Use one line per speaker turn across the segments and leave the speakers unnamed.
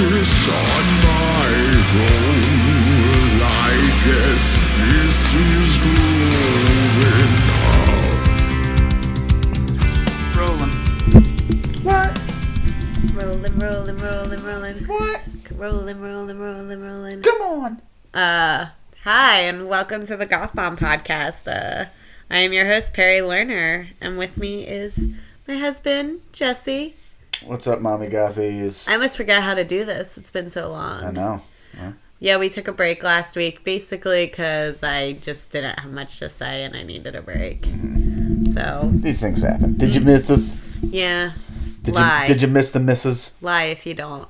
on my own. I guess this is growing up.
Rolling.
What?
Rolling, rolling, rolling, rolling,
What?
rolling, rolling, rolling, rolling.
Come on.
Uh, hi, and welcome to the Goth Bomb Podcast. Uh, I am your host Perry Lerner, and with me is my husband Jesse.
What's up, mommy gothies?
I almost forgot how to do this. It's been so
I
long.
know.
Yeah, we took a break last week, basically because I just didn't have much to say and I needed a break. So
These things happen. Did you miss the?
yeah,
Did
Mm. Lie.
you did you miss the misses?
lie if you don't.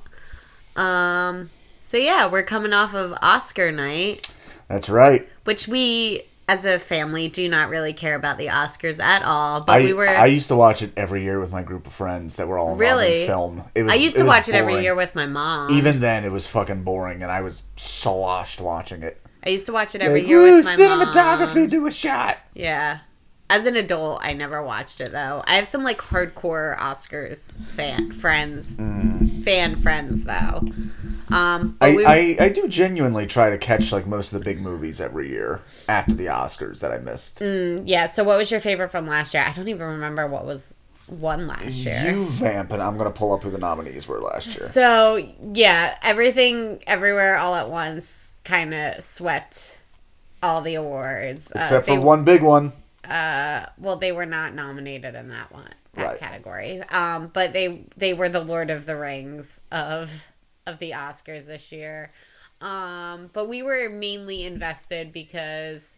Um. So yeah, we're coming off of Oscar night.
That's right.
which we as a family do not really care about the Oscars at all. But
I
we were
I
I,
used to watch it every year with my group of friends that were all involved
Really?
in film. It was,
used to
was
watch it every
boring.
year with my mom.
Even then, it was fucking boring, and I was sloshed watching it.
I used to watch it every
Like,
year
"Woo,
with my
cinematography,
mom.
do a shot.
Yeah. As an adult, I never watched it though. I have some like hardcore Oscars fan friends, fan friends though. Um,
Mm.
but
I,
we-
I, I do genuinely try to catch like most of the big movies every year after the Oscars that I missed.
Mm. yeah. So, what was your favorite from last year? I don't even remember what was one last year.
You vamp, and I'm gonna pull up who the nominees were last year.
So yeah, everything everywhere all at once kind of swept all the awards Uh,
Except
they-
for one big one.
Well, they were not nominated in that one that
Right.
category. Um, but they they were the Lord of the Rings of of the Oscars this year. Um, but we were mainly invested because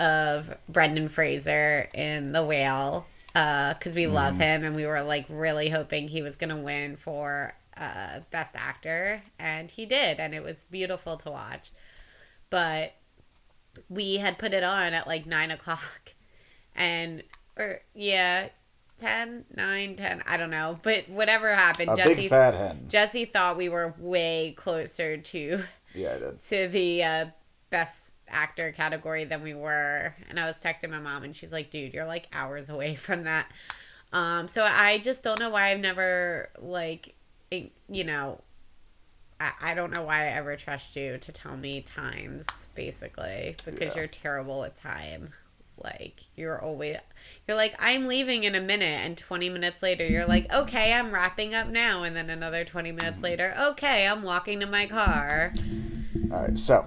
of Brendan Fraser in The Whale because we love him and we were like really hoping he was going to win for uh, Best Actor, and he did, and it was beautiful to watch. But we had put it on at like nine o'clock and or yeah 10 9 10 i don't know but whatever happened
A
jesse
big fat hen.
jesse thought we were way closer to
Yeah, it is.
to the uh, best actor category than we were and i was texting my mom and she's like dude you're like hours away from that um so i just don't know why i've never like it- you know I, I don't know why i ever trust you to tell me times basically because
Yeah.
you're terrible at time like you're always you're like i'm leaving in a minute and 20 minutes later you're like okay i'm wrapping up now and then another 20 minutes later okay i'm walking to my car
All right, so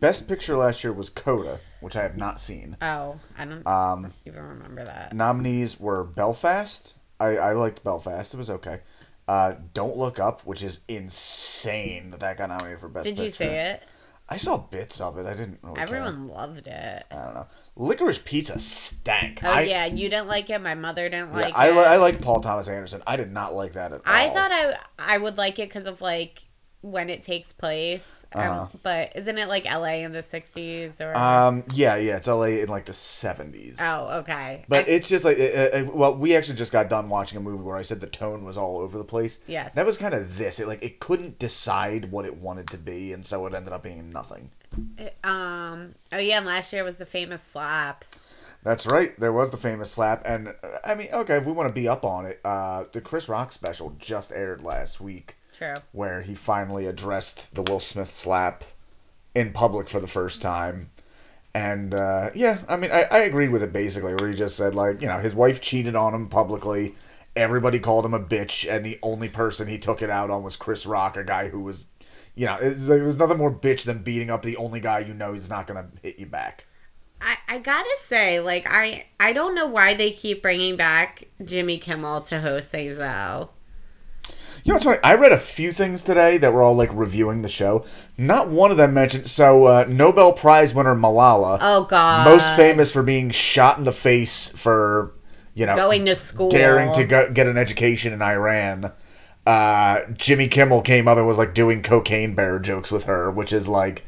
best picture last year was Coda, which I have not seen.
Oh, I don't
Um,
even remember that.
nominees were Belfast. I, I liked Belfast. It was okay. Uh, Don't Look Up, which is insane that that got nominated for best.
Did you
Picture.
see it?
I saw bits of it. I didn't. Really Everyone.
Everyone loved it.
I don't know. Licorice Pizza stank.
Oh
I,
yeah, you didn't like it. My mother didn't
yeah,
like
I,
it.
li- Oh. I like Paul Thomas Anderson. I did not like that at
I
all.
thought I I would like it because of like when it takes place. Um,
Uh-huh.
but isn't it like L.A. in the '60s or?
Um. Yeah. Yeah. It's L.A. in like the seventies.
oh, okay.
But
I-
it's just like, uh, uh, well, we actually just got done watching a movie where I said the tone was all over the place.
Yes.
that was kind of this. It like it couldn't decide what it wanted to be, and so it ended up being nothing.
um. Oh yeah, and last year was the famous slap.
That's right. There was the famous slap, and uh, I mean, okay, if we want to be up on it, uh, the Chris Rock special just aired last week,
True.
where he finally addressed the Will Smith slap in public for the first time. And uh, yeah, I mean, I, I agree with it basically, where he just said, like, you know, his wife cheated on him publicly. Everybody called him a bitch, and the only person he took it out on was Chris Rock, a guy who was, you know, it's like, there's nothing more bitch than beating up the only guy you know he's not going to hit you back.
I, I gotta say, like I I don't know why they keep bringing back Jimmy Kimmel to host Zao.
You know what's funny? I read a few things today that were all like reviewing the show. Not one of them mentioned. So, uh, Nobel Prize winner Malala.
Oh God.
most famous for being shot in the face for you know
going to school
daring to go, get an education in Iran. Uh, Jimmy Kimmel came up and was like doing cocaine bear jokes with her, which is like,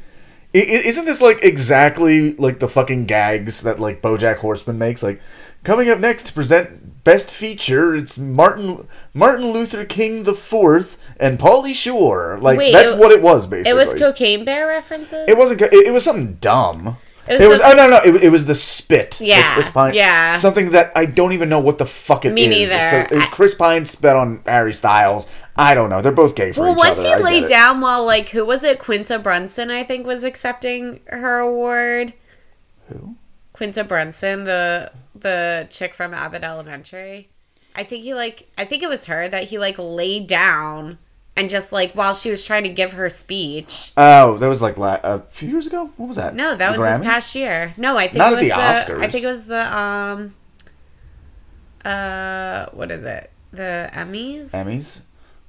i- i- isn't this like exactly like the fucking gags that like BoJack Horseman makes? Like, coming up next to present best feature, it's Martin Martin Luther King the Fourth and Paulie Shore. Like
Wait,
that's
it-
what it was
It
basically.
was cocaine bear references.
It wasn't. co- It, it was something dumb.
was
It was
something-
oh no no it, it was the spit. that
Yeah,
Chris Pine.
yeah.
something that I don't even know what the fuck it is.
Me
It's
neither.
a-
I-
Chris Pine spit on Harry Styles. I don't know. They're both gay for
well,
each
once
other.
he
I get
laid
it.
down while like who was it? Quinta Brunson, I think, was accepting her award.
Who?
Quinta Brunson, the the chick from Abbott Elementary. I think he like I think it was her that he like laid down and just like while she was trying to give her speech.
Oh, that was like la- a few years ago. What was that?
No, that
The
was
Grammys?
this past year. No, I think
Not at
it was
the Oscars.
I think it was the um uh what is it? The Emmys?
Emmys.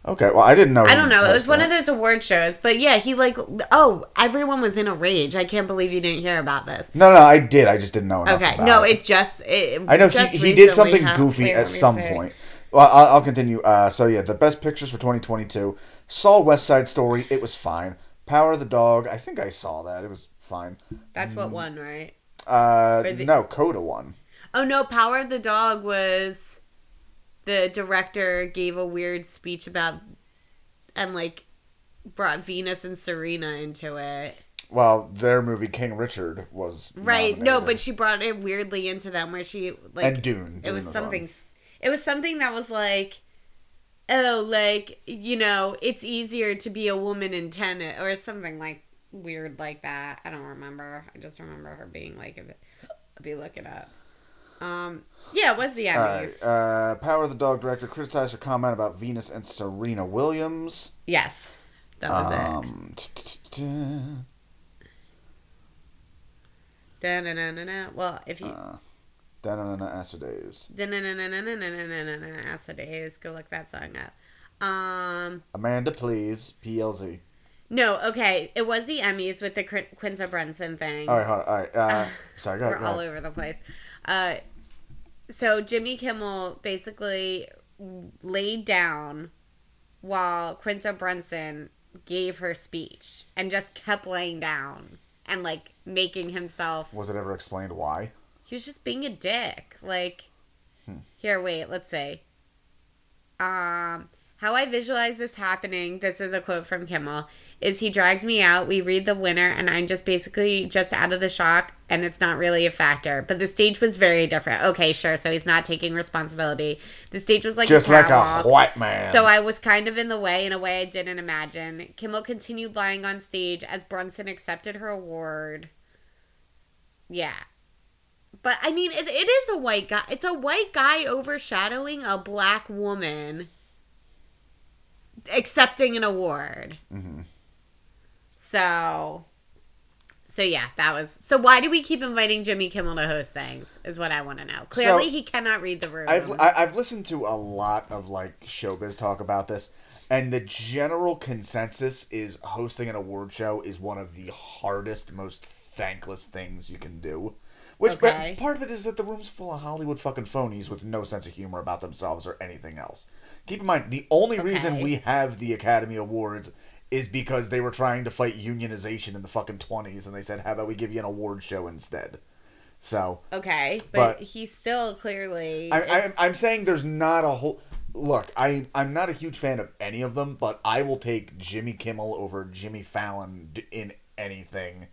Okay, well I didn't know.
I don't know. It was one of those award shows, but yeah, he like oh, everyone was in a rage. I can't believe you didn't hear about this.
No, no, I did. I just didn't know. Enough
Okay,
about
no,
it
it just it.
I know
just
he, he did
recently
something
happened.
goofy
Wait,
at
let me
some
see.
point. Well, I'll, I'll continue. Uh, so yeah, the best pictures for 2022: saw West Side Story. It was fine. Power of the Dog. I think I saw that. It was fine.
That's what won, right?
Uh,
Or the-
no, Coda one.
Oh no, Power of the Dog was the director gave a weird speech about and like brought Venus and Serena into it.
Well, their movie King Richard was
Right. No,
nominated.
but she brought it weirdly into them where she like
and Dune.
it
Dune
was
one.
something it was something that was like oh like you know it's easier to be a woman in tennis or something like weird like that i don't remember i just remember her being like if it, i'll be looking up um yeah it was the
All right.
emmys
Uh, Power of the Dog director criticized her comment about Venus and Serena Williams.
yes that was it
Um, t-t-t-t-
Da-na-na-na-na. well if you
Da-na-na-na, Astrodays.
Da-na-na-na-na-na-na-na-na-na. that's what it is go look that song up um
Amanda, please. PLZ.
no okay it was the emmys with the Qu- quinta brunson thing
All right, hold on. All right. Uh, sorry, go
we're
ahead. Go
all
ahead.
over the place. Uh, so Jimmy Kimmel basically laid down while Quinta Brunson gave her speech and just kept laying down and like making himself.
Was it ever explained why?
He was just being a dick. Like,
Hmm.
here, wait, let's see. Um. How I visualize this happening, this is a quote from Kimmel, is he drags me out, we read the winner, and I'm just basically just out of the shock, and it's not really a factor. But the stage was very different. Okay, sure, so he's not taking responsibility. The stage was like
Just
a
like a
catwalk.
white man.
So I was kind of in the way in a way I didn't imagine. Kimmel continued lying on stage as Brunson accepted her award. Yeah. But I mean, it, it is a white guy. It's a white guy overshadowing a black woman accepting an award.
Mhm.
So, so yeah, that was. So why do we keep inviting Jimmy Kimmel to host things? Is what I want to know. Clearly, he cannot read the room.
I've I, I've listened to a lot of like showbiz talk about this, and the general consensus is hosting an award show is one of the hardest, most thankless things you can do. Which but
Okay.
part of it is that the room's full of Hollywood fucking phonies with no sense of humor about themselves or anything else. Keep in mind, the only reason
Okay.
we have the Academy Awards is because they were trying to fight unionization in the fucking 20s and they said, how about we give you an award show instead? So,
Okay, but,
But-
he's still clearly.
I, I,
it's-
I'm saying there's not a whole. Look, I I'm not a huge fan of any of them, but I will take Jimmy Kimmel over Jimmy Fallon d- in anything.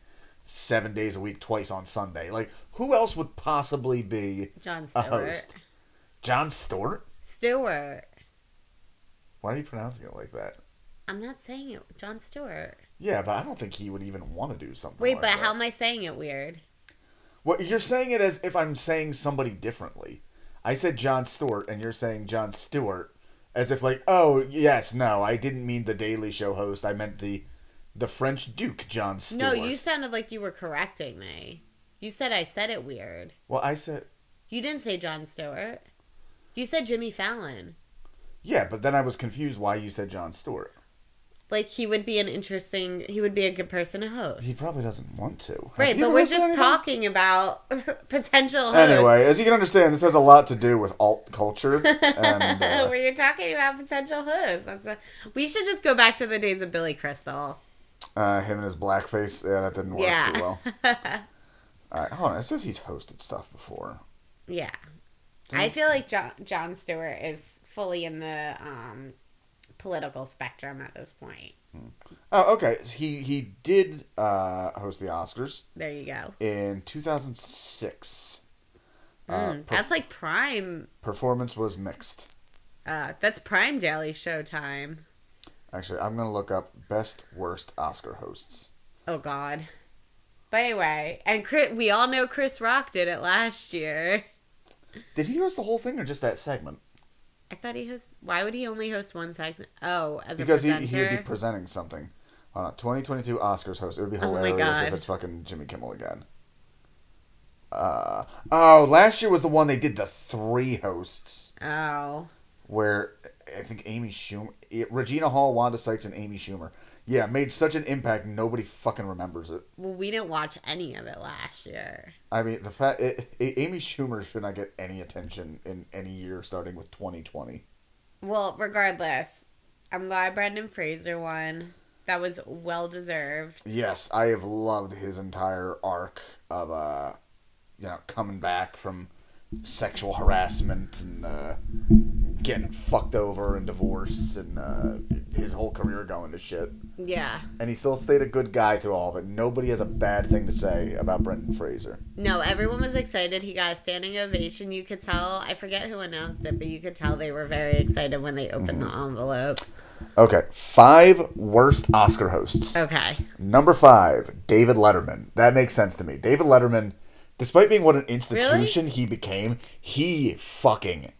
Seven days a week, twice on Sunday. Like, who else would possibly be
John
a
Stewart.
host? John Stewart?
Stewart.
Why are you pronouncing it like that?
I'm not saying it. John Stewart.
Yeah, but I don't think he would even want to do something.
Wait,
like
but
that.
how am I saying it weird?
Well, you're saying it as if I'm saying somebody differently. I said John Stewart, and you're saying John Stewart, as if like, oh yes, no, I didn't mean the Daily Show host. I meant the the French Duke John Stewart.
No, you sounded like you were correcting me. You said I said it weird.
Well, I said
You didn't say John Stewart. You said Jimmy Fallon.
yeah, but then I was confused why you said John Stewart.
Like he would be an interesting. He would be a good person to host.
He probably doesn't want to. Has
right,
he
but
ever
we're
hosted
just
anything?
talking about potential hosts.
Anyway, as you can understand, this has a lot to do with alt culture. and, uh,
Where you're talking about potential hosts. That's a, we should just go back to the days of Billy Crystal.
uh, him and his blackface, yeah, that didn't work
Yeah.
too well. All right, hold on. It says he's hosted stuff before.
Yeah. I feel like John, John Stewart is fully in the um, political spectrum at this point.
Oh, okay. He he did uh, host the Oscars
There you go.
in 2006.
Mm, that's like prime.
Performance was mixed.
Uh, that's prime Daily Show time.
Actually, I'm gonna look up best worst Oscar hosts.
Oh God. But anyway, and Chris, we all know Chris Rock did it last year.
Did he host the whole thing or just that segment?
I thought he hosts. Why would he only host one segment? Oh, as a
Because he
presenter.
he would be presenting something. Hold on, 2022 Oscars host. It would be
Oh my
hilarious if
God.
it's fucking Jimmy Kimmel again. Uh oh! Last year was the one they did the three hosts,
oh,
where I think Amy Schumer, eh, Regina Hall, Wanda Sykes, and Amy Schumer. Yeah, made such an impact nobody fucking remembers it.
well, we didn't watch any of it last year.
I mean, the fact it, A- Amy Schumer should not get any attention in any year starting with 2020.
Well, regardless, I'm glad Brendan Fraser won. That was well deserved.
Yes, I have loved his entire arc of uh, you know, coming back from sexual harassment and uh, getting fucked over and divorce and uh, his whole career going to shit.
Yeah.
And he still stayed a good guy through all of it. Nobody has a bad thing to say about Brendan Fraser.
No, everyone was excited. He got a standing ovation. You could tell. I forget who announced it, but you could tell they were very excited when they opened the envelope.
Okay, five worst Oscar hosts.
Okay.
Number five, David Letterman. That makes sense to me. David Letterman, despite being what an institution he became, he fucking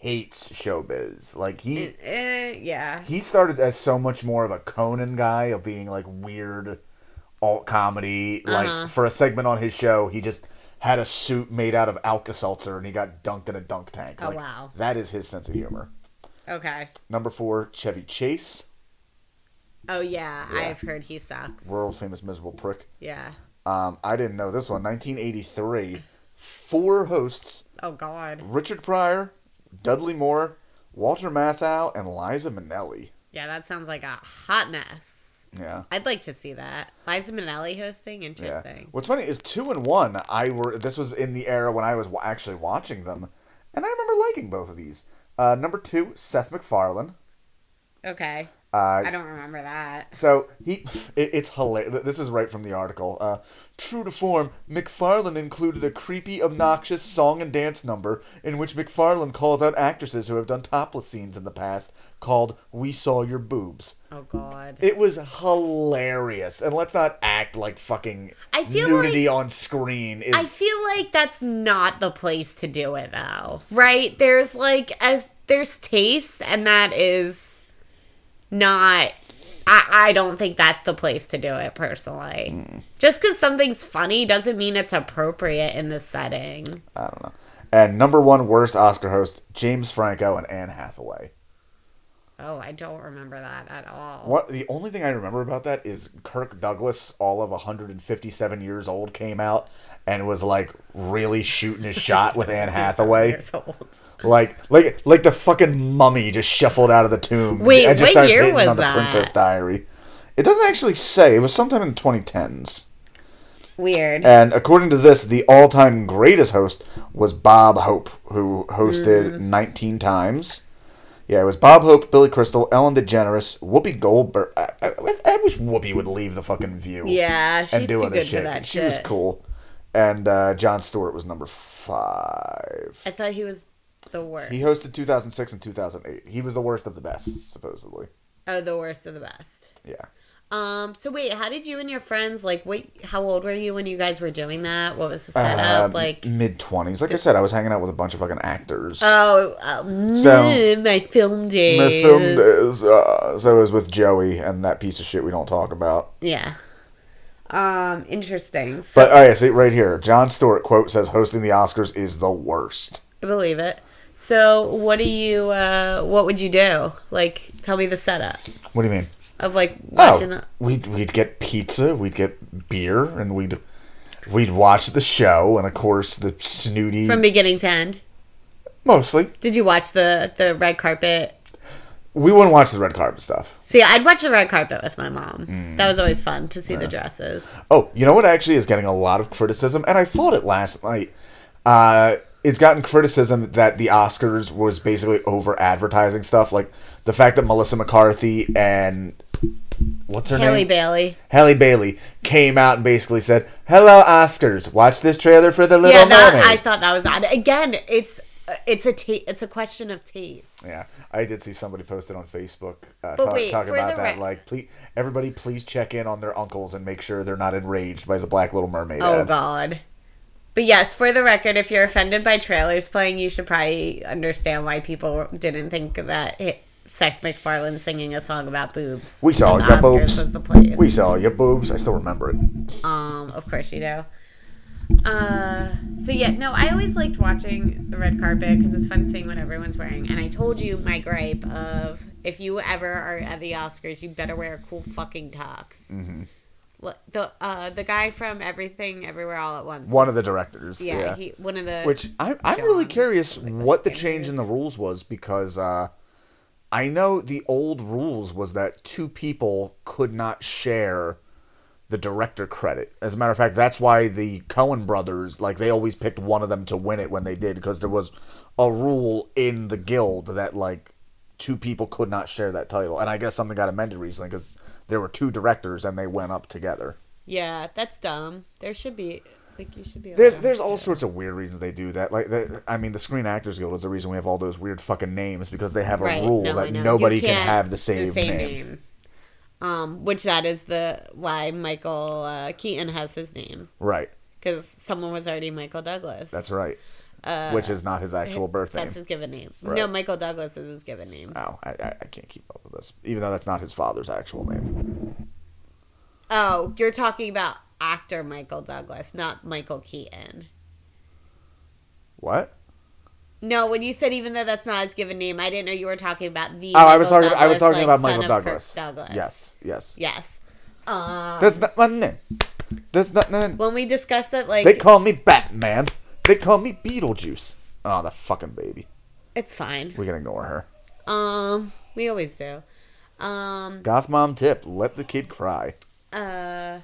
hates showbiz. Like he
Eh, yeah.
he started as so much more of a Conan guy of being like weird alt comedy. Like for a segment on his show, he just had a suit made out of Alka Seltzer and he got dunked in a dunk tank.
Oh,
Like,
wow.
That is his sense of humor.
Okay.
Number four, Chevy Chase,
Oh yeah,
Yeah.
I've heard he sucks.
world famous miserable prick.
yeah.
Um, I didn't know this one. 1983. Four hosts:
Oh God.
Richard Pryor, Dudley Moore, Walter Matthau, and Liza Minnelli.
Yeah, that sounds like a hot mess.
Yeah.
I'd like to see that. Liza Minnelli hosting,
Yeah.
interesting.
What's funny is two and one. I were this was in the era when I was wa- actually watching them, and I remember liking both of these. Uh, number two, Seth MacFarlane.
Okay.
Uh,
I don't remember that.
So he, it, it's hilarious. This is right from the article. Uh, true to form, McFarlane included a creepy, obnoxious song and dance number in which McFarlane calls out actresses who have done topless scenes in the past, called "We Saw Your Boobs."
Oh God.
It was hilarious, and let's not act like fucking
I feel
nudity on screen is.
I feel like that's not the place to do it though. Right? There's like as there's taste and that is not I, I don't think that's the place to do it personally. Just because something's funny doesn't mean it's appropriate in this setting.
I don't know. And number one worst Oscar host James Franco and Anne Hathaway.
Oh, I don't remember that at all.
What the only thing I remember about that is Kirk Douglas, all of 157 years old, came out and was like really shooting his shot with Anne Hathaway,
Years old.
like like like the fucking mummy just shuffled out of the tomb.
Wait,
and just
what
starts
year
hitting
was
on the
that?
Princess Diary. It doesn't actually say. It was sometime in the 2010s.
Weird.
And according to this, the all-time greatest host was Bob Hope, who hosted
Mm-hmm.
19 times. Yeah, it was Bob Hope, Billy Crystal, Ellen DeGeneres, Whoopi Goldberg. I, I, I wish Whoopi would leave the fucking View.
yeah, she's
and do
too
other
good
shit.
for that
she
shit.
was cool. And uh, John Stewart was number five.
I thought he was the worst.
He hosted 2006 and 2008. He was the worst of the best, supposedly.
oh, the worst of the best.
Yeah.
Um. So wait, how did you and your friends like? What? How old were you when you guys were doing that? What was the
Um,
setup like?
mid 20s. Like I said, I was hanging out with a bunch of fucking actors.
Oh, um,
So-
my film days.
My film days. Uh, so it was with Joey and that piece of shit we don't talk about.
Yeah. Um. Interesting. So,
But oh yeah, see right here, John Stewart quote says hosting the Oscars is the worst.
I believe it. So, what do you? Uh, what would you do? Like, tell me the setup
What do you mean?
of like watching.
Oh,
the-
we'd we'd get pizza, we'd get beer, and we'd we'd watch the show, and of course the snooty
from beginning to end.
mostly.
Did you watch the the red carpet?
We wouldn't watch the red carpet stuff.
See, I'd watch the red carpet with my mom. That was always fun to see the dresses.
Oh, you know what actually is getting a lot of criticism, and I thought it last night. Uh, it's gotten criticism that the Oscars was basically over advertising stuff, like the fact that Melissa McCarthy and what's her
Haley
name?
Bailey.
Halle Bailey came out and basically said, "Hello, Oscars. Watch this trailer for the Little
yeah, that,
Mermaid."
I thought that was odd. Again, it's it's a ta- it's a question of taste.
Yeah, I did see somebody posted on Facebook uh,
But
talk,
wait,
talk
for
about
the
that.
re-
like, please, everybody, please check in on their uncles and make sure they're not enraged by the Black Little Mermaid.
Oh
ad.
God. But yes, for the record, if you're offended by trailers playing, you should probably understand why people didn't think that it, Seth MacFarlane singing a song about boobs.
We saw
on the
your
Oscars
boobs.
Was the place.
We saw your boobs. I still remember it.
Um, of course you do. Uh, so yeah, no, I always liked watching the red carpet because it's fun seeing what everyone's wearing. And I told you my gripe of if you ever are at the Oscars, you better wear a cool fucking tux. Mm-hmm. The uh, the guy from Everything Everywhere All at Once.
One of the directors.
yeah,
Yeah.
he uh, one of the
Which I'm, I'm really
Johns,
curious what the change in the
Andrews.
rules was because uh, I know the old rules was that two people could not share the director credit. As a matter of fact, that's why the Cohen brothers like they always picked one of them to win it when they did because there was a rule in the guild that like two people could not share that title. And I guess something got amended recently because there were two directors and they went up together.
yeah, that's dumb. There should be like you should be.
There's
allowed
there's
to-
all sorts of weird reasons they do that. Like, the, I mean, the Screen Actors Guild is the reason we have all those weird fucking names because they have a
Right,
rule
no, I
that
know.
nobody
You
can
can't-
have the same, name.
Um, which that is the why Michael uh, Keaton has his name.
Right.
because someone was already Michael Douglas.
That's right. Which is not his actual birth name.
Uh, That's his given name.
Right.
No, Michael Douglas is his given name.
Oh, I, I, I can't keep up with this, even though that's not his father's actual name.
Oh, you're talking about actor Michael Douglas, not Michael Keaton.
What?
No, when you said even though that's not his given name, I didn't know you were talking about the.
Oh, I was talking.
Michael
I was
Douglas,
talking about
like,
Michael
son of Kirk
Douglas.
Douglas.
Yes. Yes.
Yes. Um,
That's not my name. That's not my name.
when we discussed it, like
They call me Batman. They call me Beetlejuice. Oh, the fucking baby.
it's fine.
We can ignore her.
Um, we always do. Um,
Goth mom tip. Let the kid cry.
uh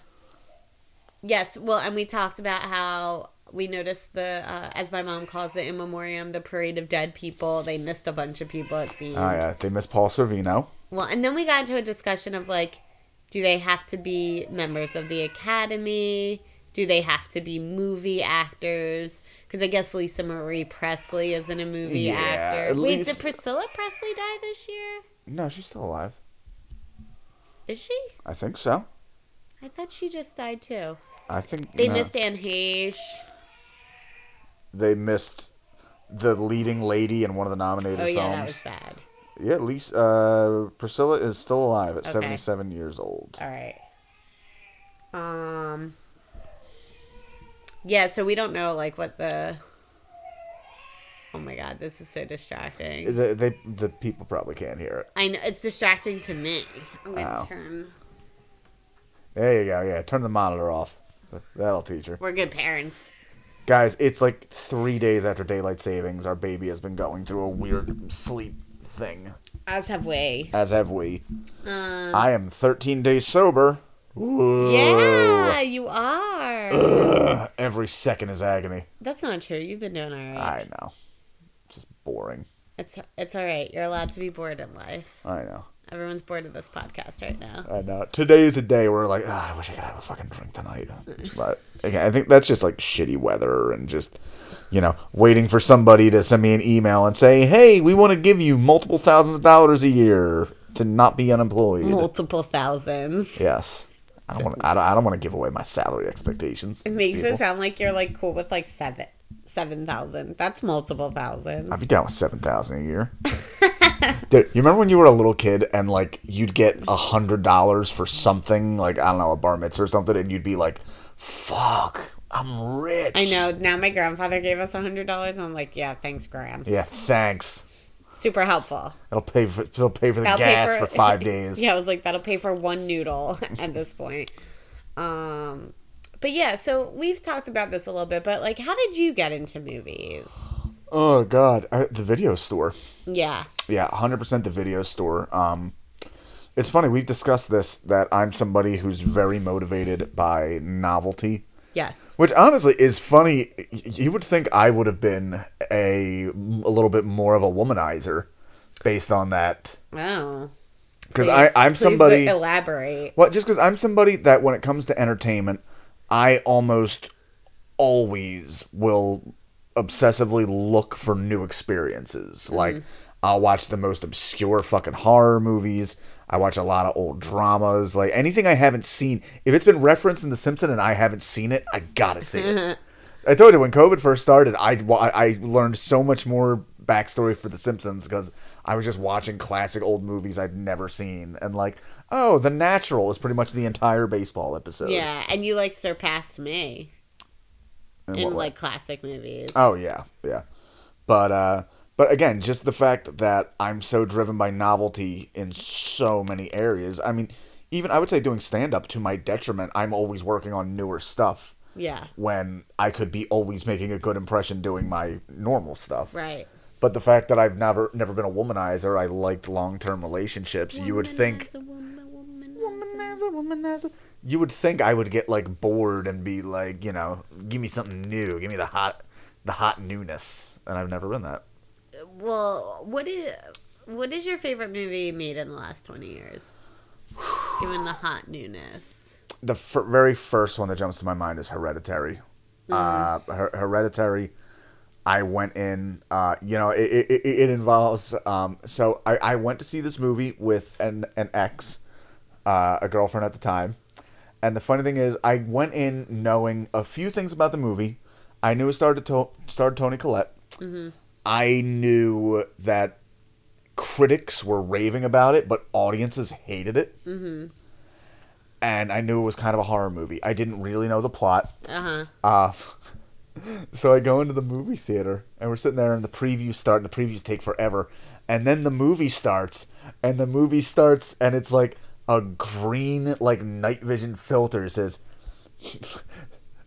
yes well and we talked about how we noticed the uh, as my mom calls it in memoriam the parade of dead people they missed a bunch of people it seemed
Oh yeah, they miss Paul Sorvino.
well and then we got into a discussion of like do they have to be members of the academy do they have to be movie actors because i guess lisa marie presley isn't a movie
Yeah,
actor
at
wait did
least-
priscilla presley die this year
No, she's still alive.
is she
I think so.
i thought she just died too
I think
they
no.
missed anne heche
They missed the leading lady in one of the nominated
oh yeah that was
films.
bad
yeah, Lisa uh, Priscilla is still alive at
Okay.
77 years old.
All right. Um. Yeah, so we don't know like what the. Oh my god, this is so distracting.
The, they the people probably can't hear it.
I know it's distracting to me. I'm gonna
Wow.
turn.
There you go. Yeah, turn the monitor off. That'll teach her.
We're good parents.
Guys, it's like three days after daylight savings. Our baby has been going through a weird sleep thing,
As have we.
as have we.
Um.
I am 13 days sober. Ooh.
Yeah, you are.
Every second is agony.
That's not true. You've been doing all right.
I know. Just boring.
It's it's all right. You're allowed to be bored in life.
I know.
Everyone's bored of this podcast right now.
I know. Today is a day where like, "Ah, I wish I could have a fucking drink tonight. But again, I think that's just like shitty weather and just you know, waiting for somebody to send me an email and say, "Hey, we want to give you multiple thousands of dollars a year to not be unemployed."
Multiple thousands.
yes. I don't want I don't, I don't want to give away my salary expectations.
It makes it sound like you're like cool with like seven seven thousand. That's multiple thousands.
I'd be down with seven thousand a year. Dude, you remember when you were a little kid and like you'd get a hundred dollars for something, like I don't know, a bar mitzvah or something, and you'd be like, "Fuck, I'm rich."
I know. Now my grandfather gave us a hundred dollars. I'm like, yeah, thanks, Grams.
Yeah, thanks.
super helpful.
It'll pay for it'll pay for the
That'll pay
gas for, five days.
yeah, I was like, that'll pay for one noodle at this point. Um, but yeah, so we've talked about this a little bit, but like, how did you get into movies?
Oh God, I, the video store.
Yeah,
Yeah, hundred percent the video store. Um, it's funny we've discussed this that I'm somebody who's very motivated by novelty.
yes,
Which honestly is funny. Y- You would think I would have been a, a little bit more of a womanizer based on that.
oh,
because
Please-
I I'm
please
somebody.
Elaborate.
Well, just because I'm somebody that when it comes to entertainment, I almost always will obsessively look for new experiences.
Mm-hmm.
Like, I'll watch the most obscure fucking horror movies. I watch a lot of old dramas. Like, anything I haven't seen, if it's been referenced in The Simpsons and I haven't seen it, I gotta see it. I told you when COVID first started, I wa- I learned so much more backstory for The Simpsons because I was just watching classic old movies I'd never seen, and like, oh, The Natural is pretty much the entire baseball episode.
Yeah, and you like surpassed me
In what
in
way?
like classic movies.
Oh yeah, yeah. But uh, but again, just the fact that I'm so driven by novelty in so many areas. I mean, even I would say doing stand up to my detriment, I'm always working on newer stuff.
Yeah.
When I could be always making a good impression doing my normal stuff.
Right.
But the fact that I've never never been a womanizer, I liked long term relationships. You would think
Womanizer, woman-
womanizer, womanizer. You would think I would get like bored and be like, you know, give me something new, give me the hot, the hot newness, and I've never been that.
Well, what is what is your favorite movie made in the last twenty years? Given the hot newness.
The f- very first one that jumps to my mind is Hereditary. Uh, Her- Hereditary. I went in. Uh, you know, it it, it- it involves. Um, so I, I went to see this movie with an an ex, uh, a girlfriend at the time, and the funny thing is, I went in knowing a few things about the movie. I knew it started to- starred Tony Collette. I knew that critics were raving about it, but audiences hated it. Mm-hmm. And I knew it was kind of a horror movie. I didn't really know the plot.
Uh huh.
Uh, so I go into the movie theater, and we're sitting there, and the previews start, and the previews take forever. And then the movie starts, and the movie starts, and it's like a green, like night vision filter It says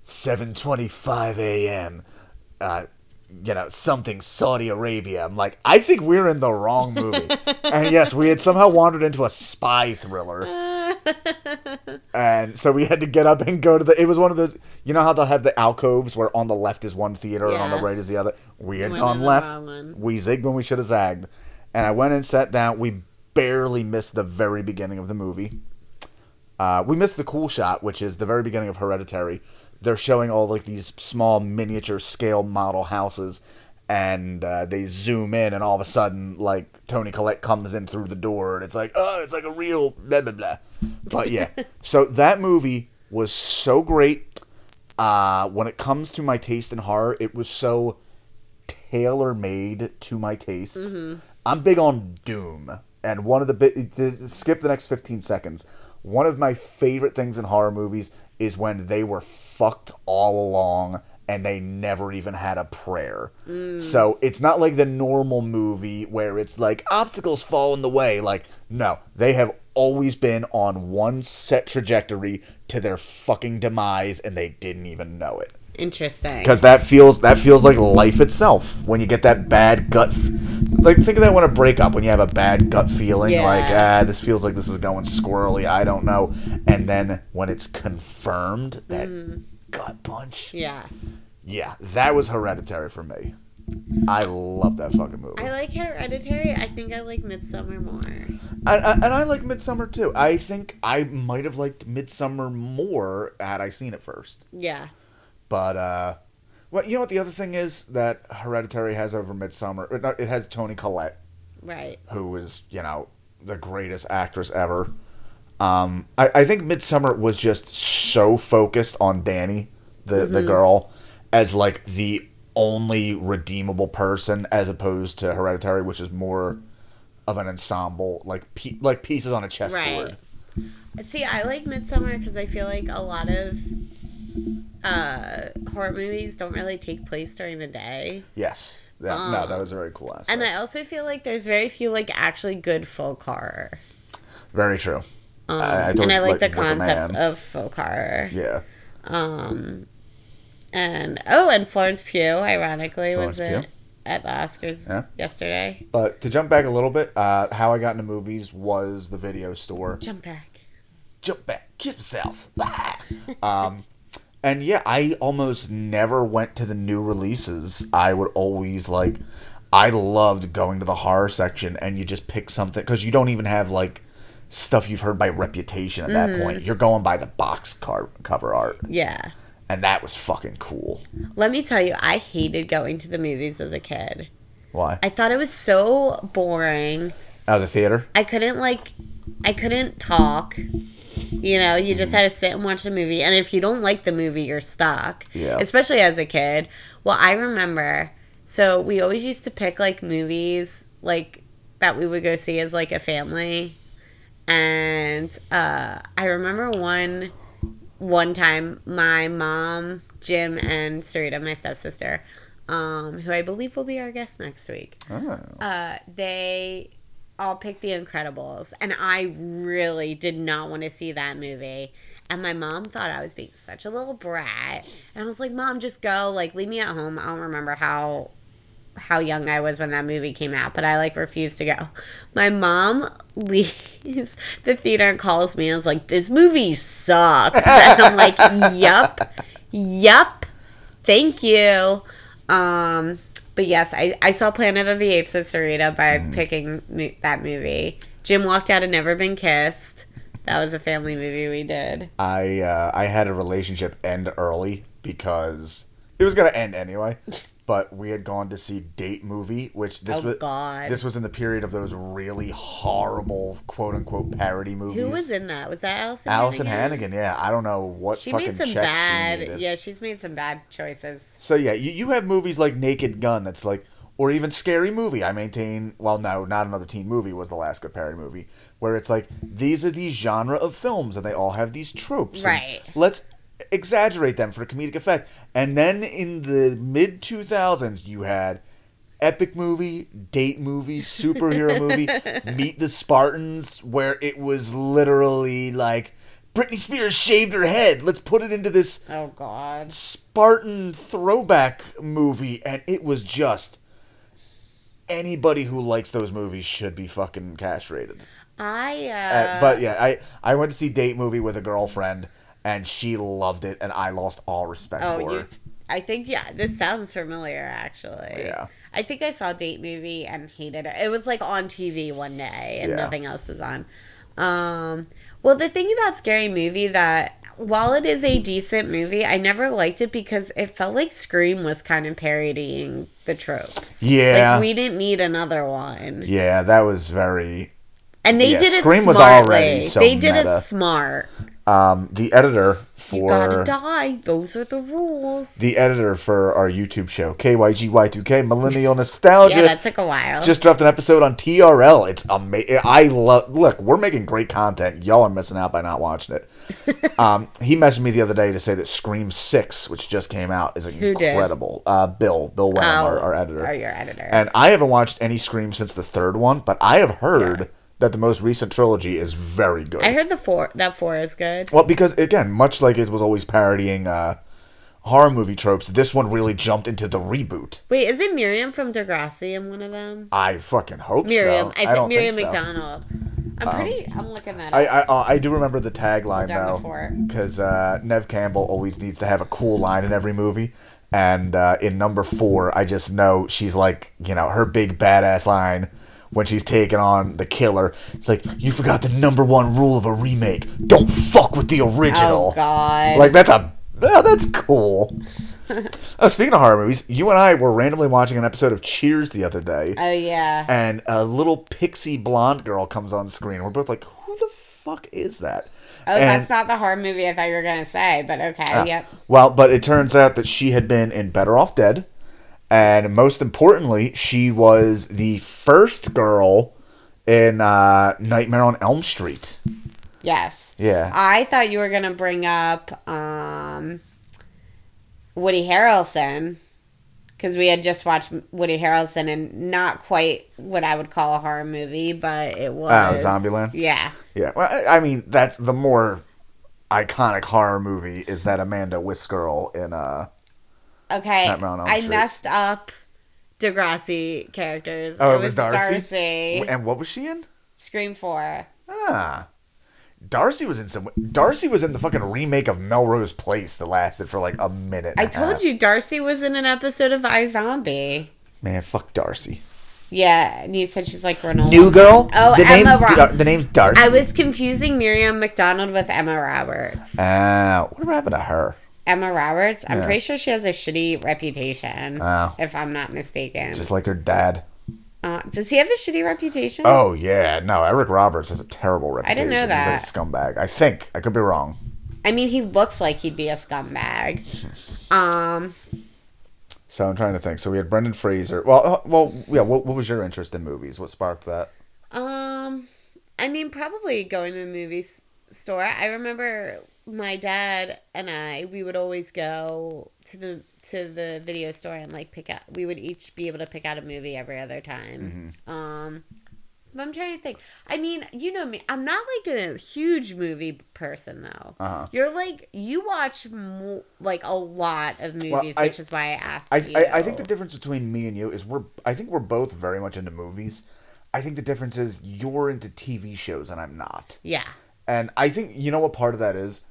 7:25 a.m. Uh, you know something Saudi Arabia. I'm like, I think we're in the wrong movie. and yes, we had somehow wandered into a spy thriller and so we had to get up and go to the. It was one of those. You know how they'll have the alcoves where on the left is one theater and on the
Yeah.
right is the other. We had
Went
gone
in the
left.
wrong one.
We zigged when we should have zagged, and I went and sat down. We barely missed the very beginning of the movie. Uh, we missed the cool shot, which is the very beginning of Hereditary. They're showing all like these small miniature scale model houses, and uh, they zoom in, and all of a sudden, like Tony Collette comes in through the door, and it's like, oh, it's like a real blah blah blah. But yeah, so that movie was so great. Uh, when it comes to my taste in horror, it was so tailor made to my tastes. I'm big on Doom, and one of the bit to skip the next 15 seconds. One of my favorite things in horror movies is when they were fucked all along and they never even had a prayer. So it's not like the normal movie where it's like obstacles fall in the way. Like, no, they have always been on one set trajectory to their fucking demise and they didn't even know it
Interesting.
because that feels that feels like life itself when you get that bad gut f- like think of that when a breakup when you have a bad gut feeling
Yeah.
like ah this feels like this is going squirrely i don't know and then when it's confirmed that
Mm.
gut punch
Yeah.
yeah that was hereditary for me i love that fucking movie
I like Hereditary. I think I like Midsummer more.
and, and and i like midsummer too i think i might have liked midsummer more had i seen it first
Yeah.
But uh, well, you know what the other thing is that Hereditary has over Midsummer. or not- It has Tony Collette,
Right.
who is you know the greatest actress ever. Um, I, I think Midsummer was just so focused on Danny, the the
Mm-hmm.
girl, as like the only redeemable person, as opposed to Hereditary, which is more of an ensemble, like pe- like pieces on a chessboard.
Right. See, I like Midsummer because I feel like a lot of uh, horror movies don't really take place during the day,
Yes. That, no, that was a very cool aspect.
Um, and I also feel like there's very few like actually good folk horror.
very true.
Um,
I- I don't
and I like,
like
the
Wicker
concept
Man.
of folk horror.
Yeah. Hmm.
Um, and oh, and Florence Pugh, ironically,
Florence
was it
Pugh.
at the Oscars
Yeah.
yesterday?
But to jump back a little bit, uh, how I got into movies was the video store.
Jump back.
Jump back, kiss myself. um, and yeah, I almost never went to the new releases. I would always like, I loved going to the horror section and you just pick something because you don't even have like stuff you've heard by reputation at that point. You're going by the box car- cover art,
Yeah.
and that was fucking cool.
Let me tell you, I hated going to the movies as a kid.
Why?
I thought it was so boring.
Oh, the theater.
I couldn't like I couldn't talk. You know, you just had to sit and watch the movie and if you don't like the movie, you're stuck.
Yeah.
Especially as a kid. Well, I remember so we always used to pick like movies like that we would go see as like a family. And uh I remember one one time my mom, Jim and Sarita, my stepsister, um, who I believe will be our guest next week
Oh.
uh, they all picked The Incredibles, and I really did not want to see that movie. And my mom thought I was being such a little brat, and I was like, "Mom, just go. Like, leave me at home. I don't remember how how young I was when that movie came out, but I like refused to go. My mom leaves the theater and calls me and was like, This movie sucks. And I'm like, Yup, yup, thank you. Um, but yes, I, I saw Planet of the Apes with Sarita by
Mm-hmm.
picking mo- that movie. Jim walked out and never been kissed. That was a family movie we did.
I uh, I had a relationship end early because it was gonna end anyway. But we had gone to see Date Movie, which this
Oh,
was
God.
this was in the period of those really horrible quote unquote parody movies.
Who was in that? Was that Allison?
Allison Hannigan? Yeah, I don't know what
She
fucking
made some
check she
bad.
needed.
yeah, she's made some bad choices.
So yeah, you, you have movies like Naked Gun that's like or even Scary Movie. I maintain well no, not another teen movie was the last good parody movie where it's like these are these genre of films and they all have these tropes. and
Right.
Let's exaggerate them for comedic effect. And then in the mid 2000s you had epic movie, date movie, superhero movie, Meet the Spartans where it was literally like Britney Spears shaved her head. Let's put it into this
Oh God.
Spartan throwback movie, and it was just anybody who likes those movies should be fucking castrated.
I uh,
Uh, but yeah, I I went to see date movie with a girlfriend, and she loved it, and I lost all respect
oh,
for
you,
her.
I think yeah, this sounds familiar actually.
Yeah.
I think I saw date movie and hated it. It was like on TV one day and
Yeah.
nothing else was on. Um, well, the thing about scary movie that while it is a decent movie, I never liked it because it felt like Scream was kind of parodying the tropes.
Yeah.
like we didn't need another one.
Yeah, that was very.
And they
Yeah,
did it
Scream
smartly.
was already so
they did
meta.
it smart.
Um, the editor
You gotta
for
die. Those are the rules.
the editor for our YouTube show KYGY2K Millennial Nostalgia.
yeah, that took a while.
just dropped an episode on TRL. It's amazing. I love. Look, we're making great content. Y'all are missing out by not watching it. um, he messaged me the other day to say that Scream Six, which just came out, is
did?
incredible. Uh, Bill, Bill Wham, Um, our, our editor.
Oh, your editor.
And I haven't watched any Scream since the third one, but I have heard that the most recent trilogy is very good.
I heard the four that four is good.
Well, because again, much like it was always parodying uh, horror movie tropes, this one really jumped into the reboot.
Wait, is it Miriam from Degrassi in one of them?
I fucking hope
Miriam,
so.
I,
don't
think Miriam
so. Um,
McDonald. I'm pretty. I'm looking that
I
up.
I, uh, I do remember the tagline
Down
though,
before.
because uh, Nev Campbell always needs to have a cool line in every movie. And uh, in number four, I just know she's like, you know, her big badass line when she's taking on the killer. It's like, you forgot the number one rule of a remake: don't fuck with the original.
oh God.
Like that's a oh, that's cool. oh, speaking of horror movies, you and I were randomly watching an episode of Cheers the other day
oh yeah.
and a little pixie blonde girl comes on screen. We're both like, who the fuck is that?
Oh,
and, Uh,
that's not the horror movie I thought you were gonna say, but okay. yep.
Well, but it turns out that she had been in Better Off Dead, and most importantly, she was the first girl in uh, Nightmare on Elm Street.
Yes.
Yeah.
I thought you were gonna bring up um, Woody Harrelson because we had just watched Woody Harrelson and not quite what I would call a horror movie, but it was
Oh, Zombieland?
Yeah.
Yeah. Well, I, I mean, that's the more iconic horror movie is that Amanda Wiss girl in uh
Okay.
Not Ron Elm
I
Street.
messed up Degrassi characters.
Oh, it was Darcy?
Darcy.
and what was she in?
Scream 4.
Ah. Darcy was in some. Darcy was in the fucking remake of Melrose Place that lasted for like a minute. and a
I told
half.
you Darcy was in an episode of iZombie.
man, fuck Darcy.
Yeah, and you said she's like Granola.
New girl.
Oh,
the
Emma
name's
Rob-
Dar- the name's Darcy.
I was confusing Miriam McDonald with Emma Roberts.
Ah, whatever happened to her?
Emma Roberts, I'm pretty sure she has a shitty reputation,
Oh.
if I'm not mistaken.
Just like her dad.
uh, does he have a shitty reputation?
Oh yeah, no. Eric Roberts has a terrible
I
reputation.
didn't know
He's like a scumbag. I think I could be wrong.
I mean, he looks like he'd be a scumbag. Um,
So I'm trying to think. So we had Brendan Fraser. Well, uh, well, yeah. What, what was your interest in movies? What sparked that?
um, I mean, probably going to the movie s- store. I remember my dad and I. We would always go to the to the video store and like pick out. We would each be able to pick out a movie every other time.
Mm-hmm.
Um. but I'm trying to think. I mean, you know me. I'm not like a huge movie person though.
Uh-huh.
You're like you watch mo- like a lot of movies,
I-
which is why I asked.
I,
you.
I, I think the difference between me and you is we're I think we're both very much into movies. I think the difference is you're into TV shows and I'm not.
yeah.
And I think you know what part of that is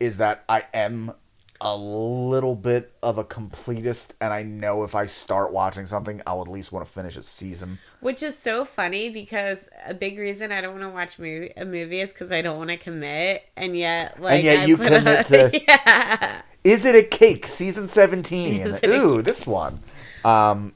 is that I am a little bit of a completist and I know if I start watching something I'll at least want to finish a season.
Which is so funny because a big reason I don't want to watch movie, a movie is because I don't want to commit, and yet like
And yet
I
you
put a-
commit to-
yeah.
Is it a cake? Season 17.
Is it a
Ooh, this one. Um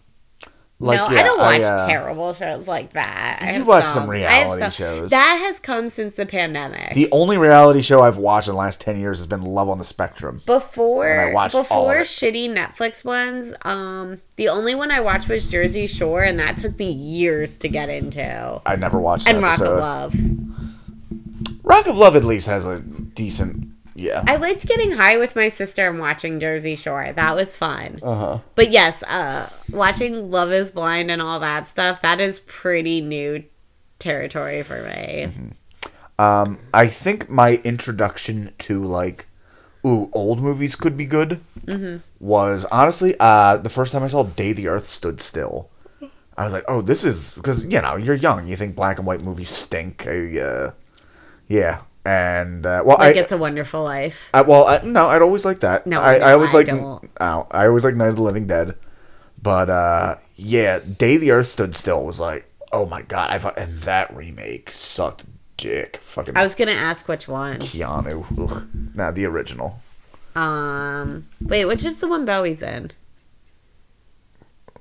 like
no,
yeah,
I don't watch
uh,
terrible shows like that. I
You
have
watch some
I have
reality shows.
That has come since the pandemic.
The only reality show I've watched in the last 10 years has been Love on the Spectrum.
before
And I watched all of
before
it.
shitty Netflix ones, um, the only one I watched was Jersey Shore, and that took me years to get into.
I never watched an
And Rock
episode.
of Love.
Rock of Love at least has a decent yeah.
I liked getting high with my sister and watching Jersey Shore. That was fun.
Uh-huh.
But yes, uh, watching Love is Blind and all that stuff, that is pretty new territory for me.
Mm-hmm. Um, I think my introduction to like, ooh, old movies could be good
Mm-hmm.
was honestly uh the first time I saw Day the Earth Stood Still. I was like, oh, this is because you know you're young, you think black and white movies stink. I, uh, yeah, and uh, well,
Like
I,
It's a Wonderful Life.
I well, I, no, I'd always like that.
No,
I,
no,
I always
I
like
don't.
ow, I always like Night of the Living Dead, but uh, yeah, Day the Earth Stood Still was like, oh my god, I thought, and that remake sucked dick. Fucking
I was going to ask which one.
Keanu. Ugh. Nah, the original.
Um, wait, which is the one Bowie's in?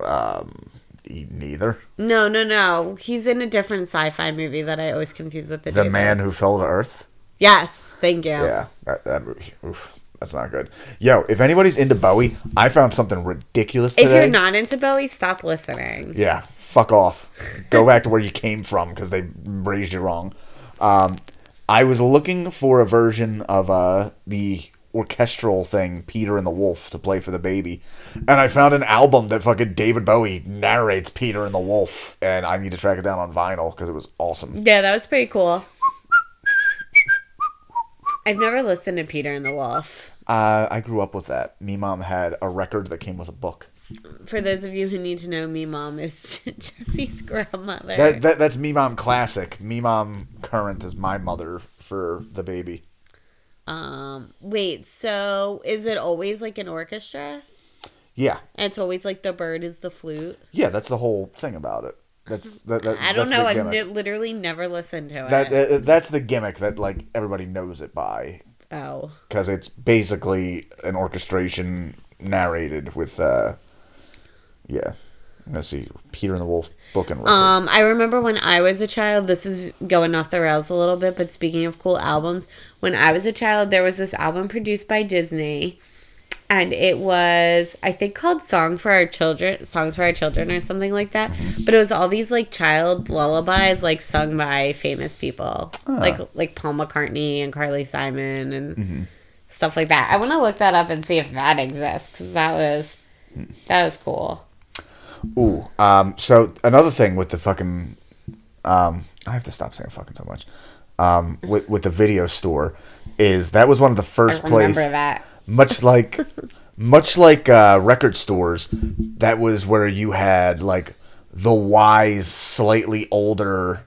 E- Neither.
No, no, no. He's in a different sci fi movie that I always confuse with the
The
Neighbors.
Man Who Fell to Earth.
Yes, thank you.
Yeah, that, that movie. Oof, that's not good. Yo, if anybody's into Bowie, I found something ridiculous
If
today.
you're not into Bowie, stop listening.
yeah, fuck off. Go back to where you came from because they raised you wrong. Um, I was looking for a version of uh, the orchestral thing, Peter and the Wolf, to play for the baby, and I found an album that fucking David Bowie narrates Peter and the Wolf, and I need to track it down on vinyl because it was awesome.
Yeah, that was pretty cool. I've never listened to Peter and the Wolf.
Uh, I grew up with that. Me mom had a record that came with a book.
For those of you who need to know, me mom is Jesse's grandmother.
That, that that's me mom classic. Me mom current is my mother for the baby.
um, wait, so is it always like an orchestra?
Yeah,
And it's always like the bird is the flute.
yeah. That's the whole thing about it. That's that. that
Mm-hmm. I don't
that's
know.
The
I've
gimmick.
n- literally never listened to it.
that, that that's the gimmick that like everybody knows it by
oh,
because it's basically an orchestration narrated with uh yeah. Let's see, Peter and the Wolf book and record.
Um, I remember when I was a child, this is going off the rails a little bit, but speaking of cool albums, when I was a child, there was this album produced by Disney and it was I think called Song for Our Children, Songs for Our Children or something like that. But it was all these like child lullabies like sung by famous people. Like like Paul McCartney and Carly Simon and stuff like that. I want to look that up and see if that exists cuz that was that was cool.
Ooh. Um, so another thing with the fucking, um, I have to stop saying fucking so much. Um, with with the video store, is that was one of the
Mm-hmm. I
first
remember
place.
that.
Much like, much like uh, record stores, that was where you had like the wise, slightly older.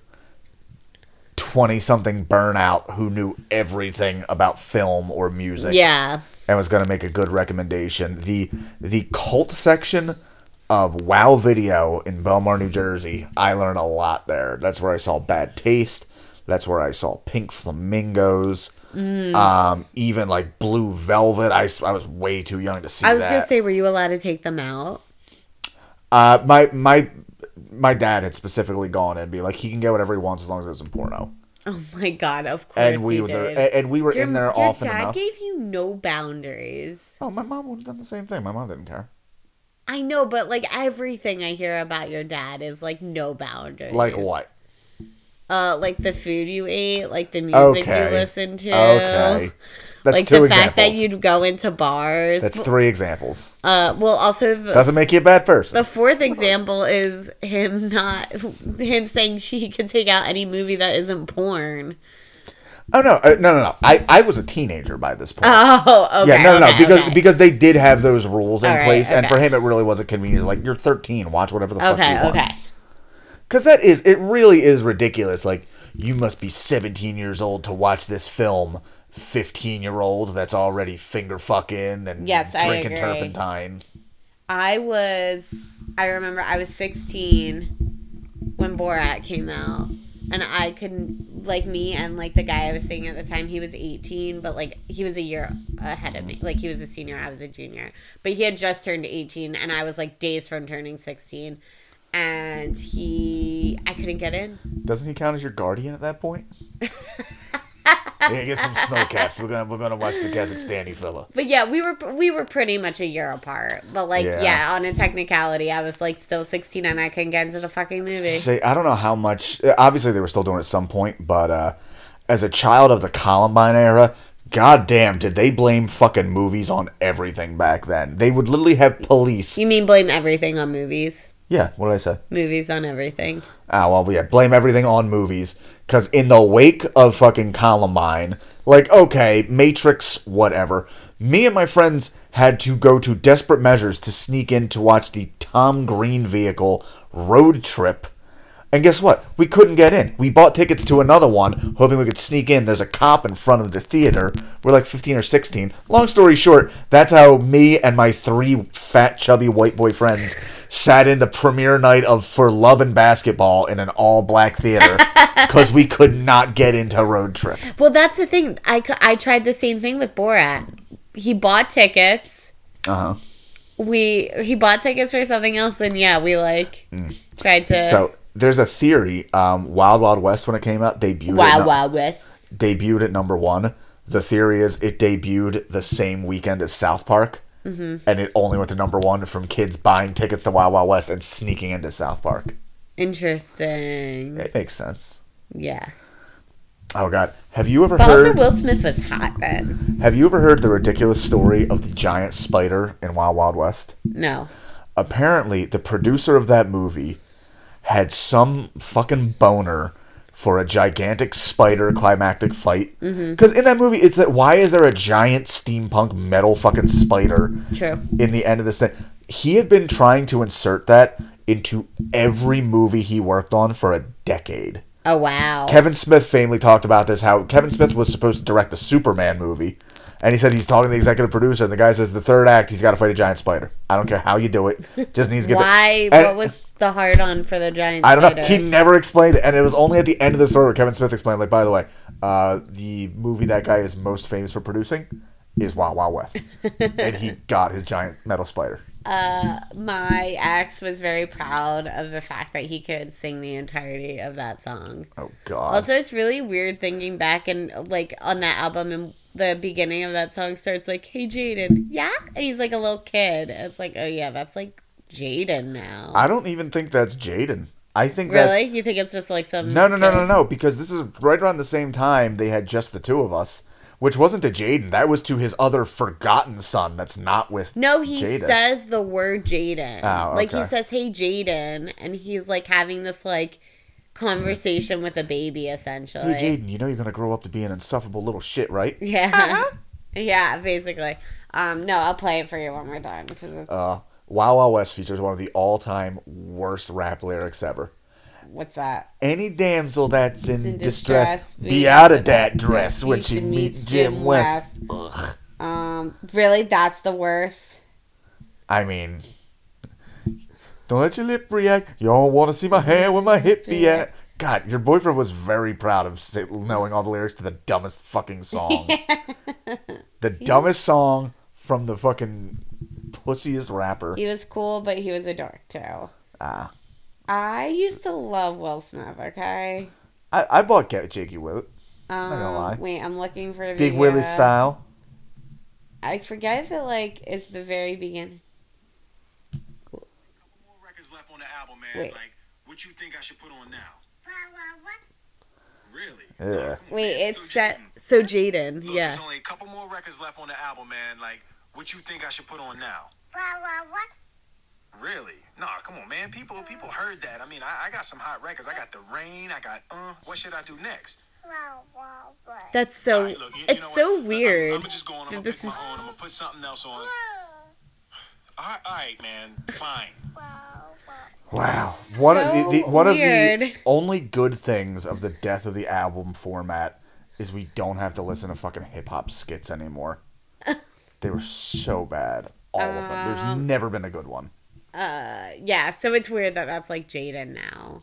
20 something burnout who knew everything about film or music
Yeah.
and was going to make a good recommendation. The the cult section of Wow Video in Belmar, New Jersey. I learned a lot there. That's where I saw Bad Taste. That's where I saw Pink Flamingos.
Mm.
Um, even like Blue Velvet. I, s- I was way too young to see
I was
that.
gonna say, were you allowed to take them out?
Uh, my my my dad had specifically gone and be like, he can get whatever he wants as long as it's in porno.
Oh my god, of course.
And we
you
were
did.
there, Eh, and- and we were
your,
in there
your
often
dad
enough.
gave you no boundaries.
oh, my mom would have done the same thing. My mom didn't care.
I know, but like everything I hear about your dad is like no boundaries.
Like what?
Uh, like the food you ate, like the music
Okay.
you listened to.
Okay, that's
like
two
the
examples.
fact that you'd go into bars.
that's three examples.
uh, well, also the,
Doesn't make you a bad person.
the fourth example is him not him saying she can take out any movie that isn't porn.
oh no, uh, no, no, no. I, I was a teenager by this point.
Oh, okay.
yeah, no, no,
okay,
no. Because
okay.
because they did have those rules in
All right,
place, and
okay.
for him, it really was a convenience. Like you're 13, watch whatever the fuck you
okay,
want.
okay.
Because that is, it really is ridiculous. Like, you must be 17 years old to watch this film. 15 year old that's already finger fucking and
Yes, I
drinking
agree.
turpentine.
I was, I remember I was 16 when Borat came out. And I couldn't, like me and like the guy I was seeing at the time, he was 18, but like he was a year ahead of me. Like he was a senior, I was a junior. But he had just turned 18, and I was like days from turning 16. And he, I couldn't get in.
Doesn't he count as your guardian at that point? yeah, get some snow caps. We're gonna we're gonna watch the Kazakhstani fella.
But yeah, we were we were pretty much a year apart. But like,
Yeah.
yeah, on a technicality, I was like still 16 and I couldn't get into the fucking movie.
Say, I don't know how much. Obviously, they were still doing it at some point, but uh, as a child of the Columbine era, goddamn, did they blame fucking movies on everything back then? They would literally have police.
You mean blame everything on movies?
Yeah, what did I say?
Movies on everything.
Ah, well, yeah, blame everything on movies. Because in the wake of fucking Columbine, like, okay, Matrix, whatever, me and my friends had to go to desperate measures to sneak in to watch the Tom Green vehicle road trip. And guess what? We couldn't get in. We bought tickets to another one, hoping we could sneak in. There's a cop in front of the theater. We're like 15 or 16. Long story short, that's how me and my three fat, chubby white boy friends sat in the premiere night of For Love and Basketball in an all black theater because we could not get into Road Trip.
Well, that's the thing. I, c- I tried the same thing with Borat. He bought tickets.
Uh huh.
We he bought tickets for something else, and yeah, we like tried to
Mm. So there's a theory um, Wild Wild West, when it came out, debuted, at,
wow
nu-
wow with.
debuted at number one. The theory is it debuted the same weekend as South Park.
Mm-hmm.
And it only went to number one from kids buying tickets to Wild Wild West and sneaking into South Park.
Interesting.
It makes sense.
Yeah.
Oh God, have you ever
But also,
heard?
Will Smith was hot then.
have you ever heard the ridiculous story of the giant spider in Wild Wild West?
No.
apparently the producer of that movie had some fucking boner for a gigantic spider climactic fight. Because in that movie, it's that why is there a giant steampunk metal fucking spider
True.
in the end of this thing? He had been trying to insert that into every movie he worked on for a decade.
Oh wow.
Kevin Smith famously talked about this how Kevin Smith was supposed to direct a Superman movie. And he said he's talking to the executive producer, and the guy says the third act he's got to fight a giant spider. I don't care how you do it, just needs to get. the-
Why?
and-
what was the hard on for the giant?
I don't know.
spider?
He never explained it, and it was only at the end of the story where Kevin Smith explained, like, by the way, uh, the movie that guy is most famous for producing is Wild Wild West, and he got his giant metal spider.
My ex was very proud of the fact that he could sing the entirety of that song.
Oh God!
Also, it's really weird thinking back and like on that album and the beginning of that song starts like, "Hey Jaden, yeah," and he's like a little kid. And it's like, oh yeah, that's like Jaden now.
I don't even think that's Jaden. I think that
really? You think it's just like some?
No, no, no,
kid?
no, no. Because this is right around the same time they had just the two of us, which wasn't to Jaden. That was to his other forgotten son. That's not with.
No, he
Jada.
says the word Jaden.
Oh,
Like he
okay.
says, "Hey Jaden," and he's like having this like conversation with a baby essentially.
Hey, Jaden, you know you're gonna grow up to be an insufferable little shit, right?
Yeah.
Uh-huh.
Yeah, basically. Um, no, I'll play it for you one more time because it's,
Uh, Wow Wow West features one of the all-time worst rap lyrics ever.
what's that?
Any damsel that's in,
in
distress,
distress,
be out of that dress when she
should
meets
meet
Jim
Jim
West. Ugh.
Um, really, that's the worst.
I mean, Don't let your lip react. Y'all want to see my hair where my hip be at. God, your boyfriend was very proud of si- knowing all the lyrics to the dumbest fucking song. the dumbest song from the fucking pussiest rapper.
He was cool, but he was a dork too.
Ah.
I used to love Will Smith. Okay.
I, I bought Cat Jakey with it.
Um,
gonna lie.
Wait, I'm looking for the
Big Willie
uh,
style.
I forget if it like it's the very beginning.
couple more records left on the album, man.
Wait.
Like, what you think I should put on now? Really?
Yeah.
Come on,
Wait,
man.
it's
So,
that.
Jaden,
So Jaden,
Look,
yeah.
There's only a couple more records left on the album, man. Like, what you think I should put on now? Really? Nah, come on, man. People, people heard that. I mean, I, I got some hot records. I got the rain. I got uh. What should I do next?
That's so.
All right, look, you- you
it's
know what?
so
I- I'm-
weird.
I'm, gonna just go on. I'm gonna
This
pick my
is-
own. I'm gonna put something else on. All right, all right, man. Fine.
Wow. One of the, the
So
one of
weird.
the only good things of the death of the album format is we don't have to listen to fucking hip hop skits anymore. they were so bad. All of them. There's
Um.
never been a good one.
uh, yeah. So it's weird that that's like Jaden now,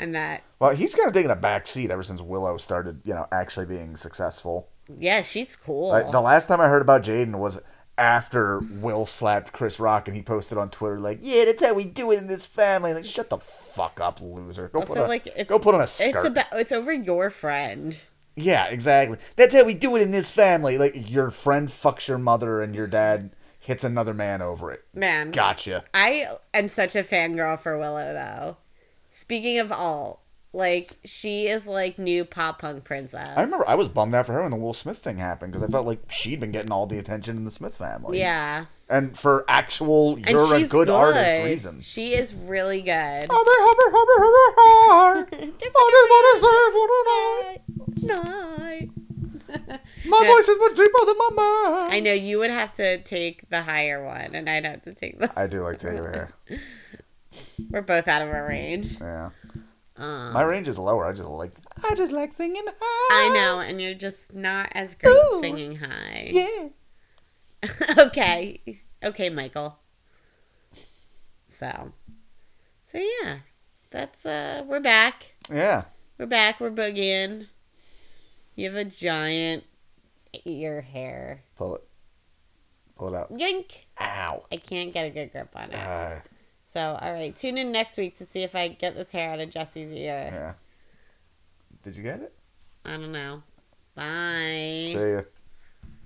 and that
Well, he's kind of taken a back seat ever since Willow started, you know, actually being successful.
yeah, she's cool.
Like, the last time I heard about Jaden was after Will slapped Chris Rock, and he posted on Twitter like, "Yeah, that's how we do it in this family." Like, shut the fuck up, loser. Go
Also,
put on,
like, it's-
go put on a skirt.
it's about. It's over your friend.
yeah, exactly. That's how we do it in this family. Like, your friend fucks your mother, and your dad hits another man over it.
Man,
Gotcha.
I am such a fangirl for Willow though. Speaking of alt, like she is like new pop punk princess.
I remember I was bummed out for her when the Will Smith thing happened because I felt like she'd been getting all the attention in the Smith family.
Yeah,
and for actual
and
you're a
she's
good, artist
good.
reason. Oh.
She is really good.
Hubber, hubber, hubber, hubber, har. Mother, mother, slave, little night.
No.
My
No.
voice is much deeper than my mind.
I know you would have to take the higher one, and I'd have to take the.
I do like Taylor Hair.
We're both out of our range.
Yeah.
Um,
My range is lower. I just like I just like singing high.
I know, and you're just not as great
Ah. Ooh.
singing high.
Yeah.
okay. Okay, Michael. So. So yeah. That's uh we're back.
Yeah.
We're back. We're boogieing. You have a giant ear hair.
Pull it. Pull it out.
Yank.
Ow.
I can't get a good grip on it.
Uh,
So, all right. Tune in next week to see if I get this hair out of Jesse's ear.
yeah. Did you get it?
I don't know. Bye.
See ya.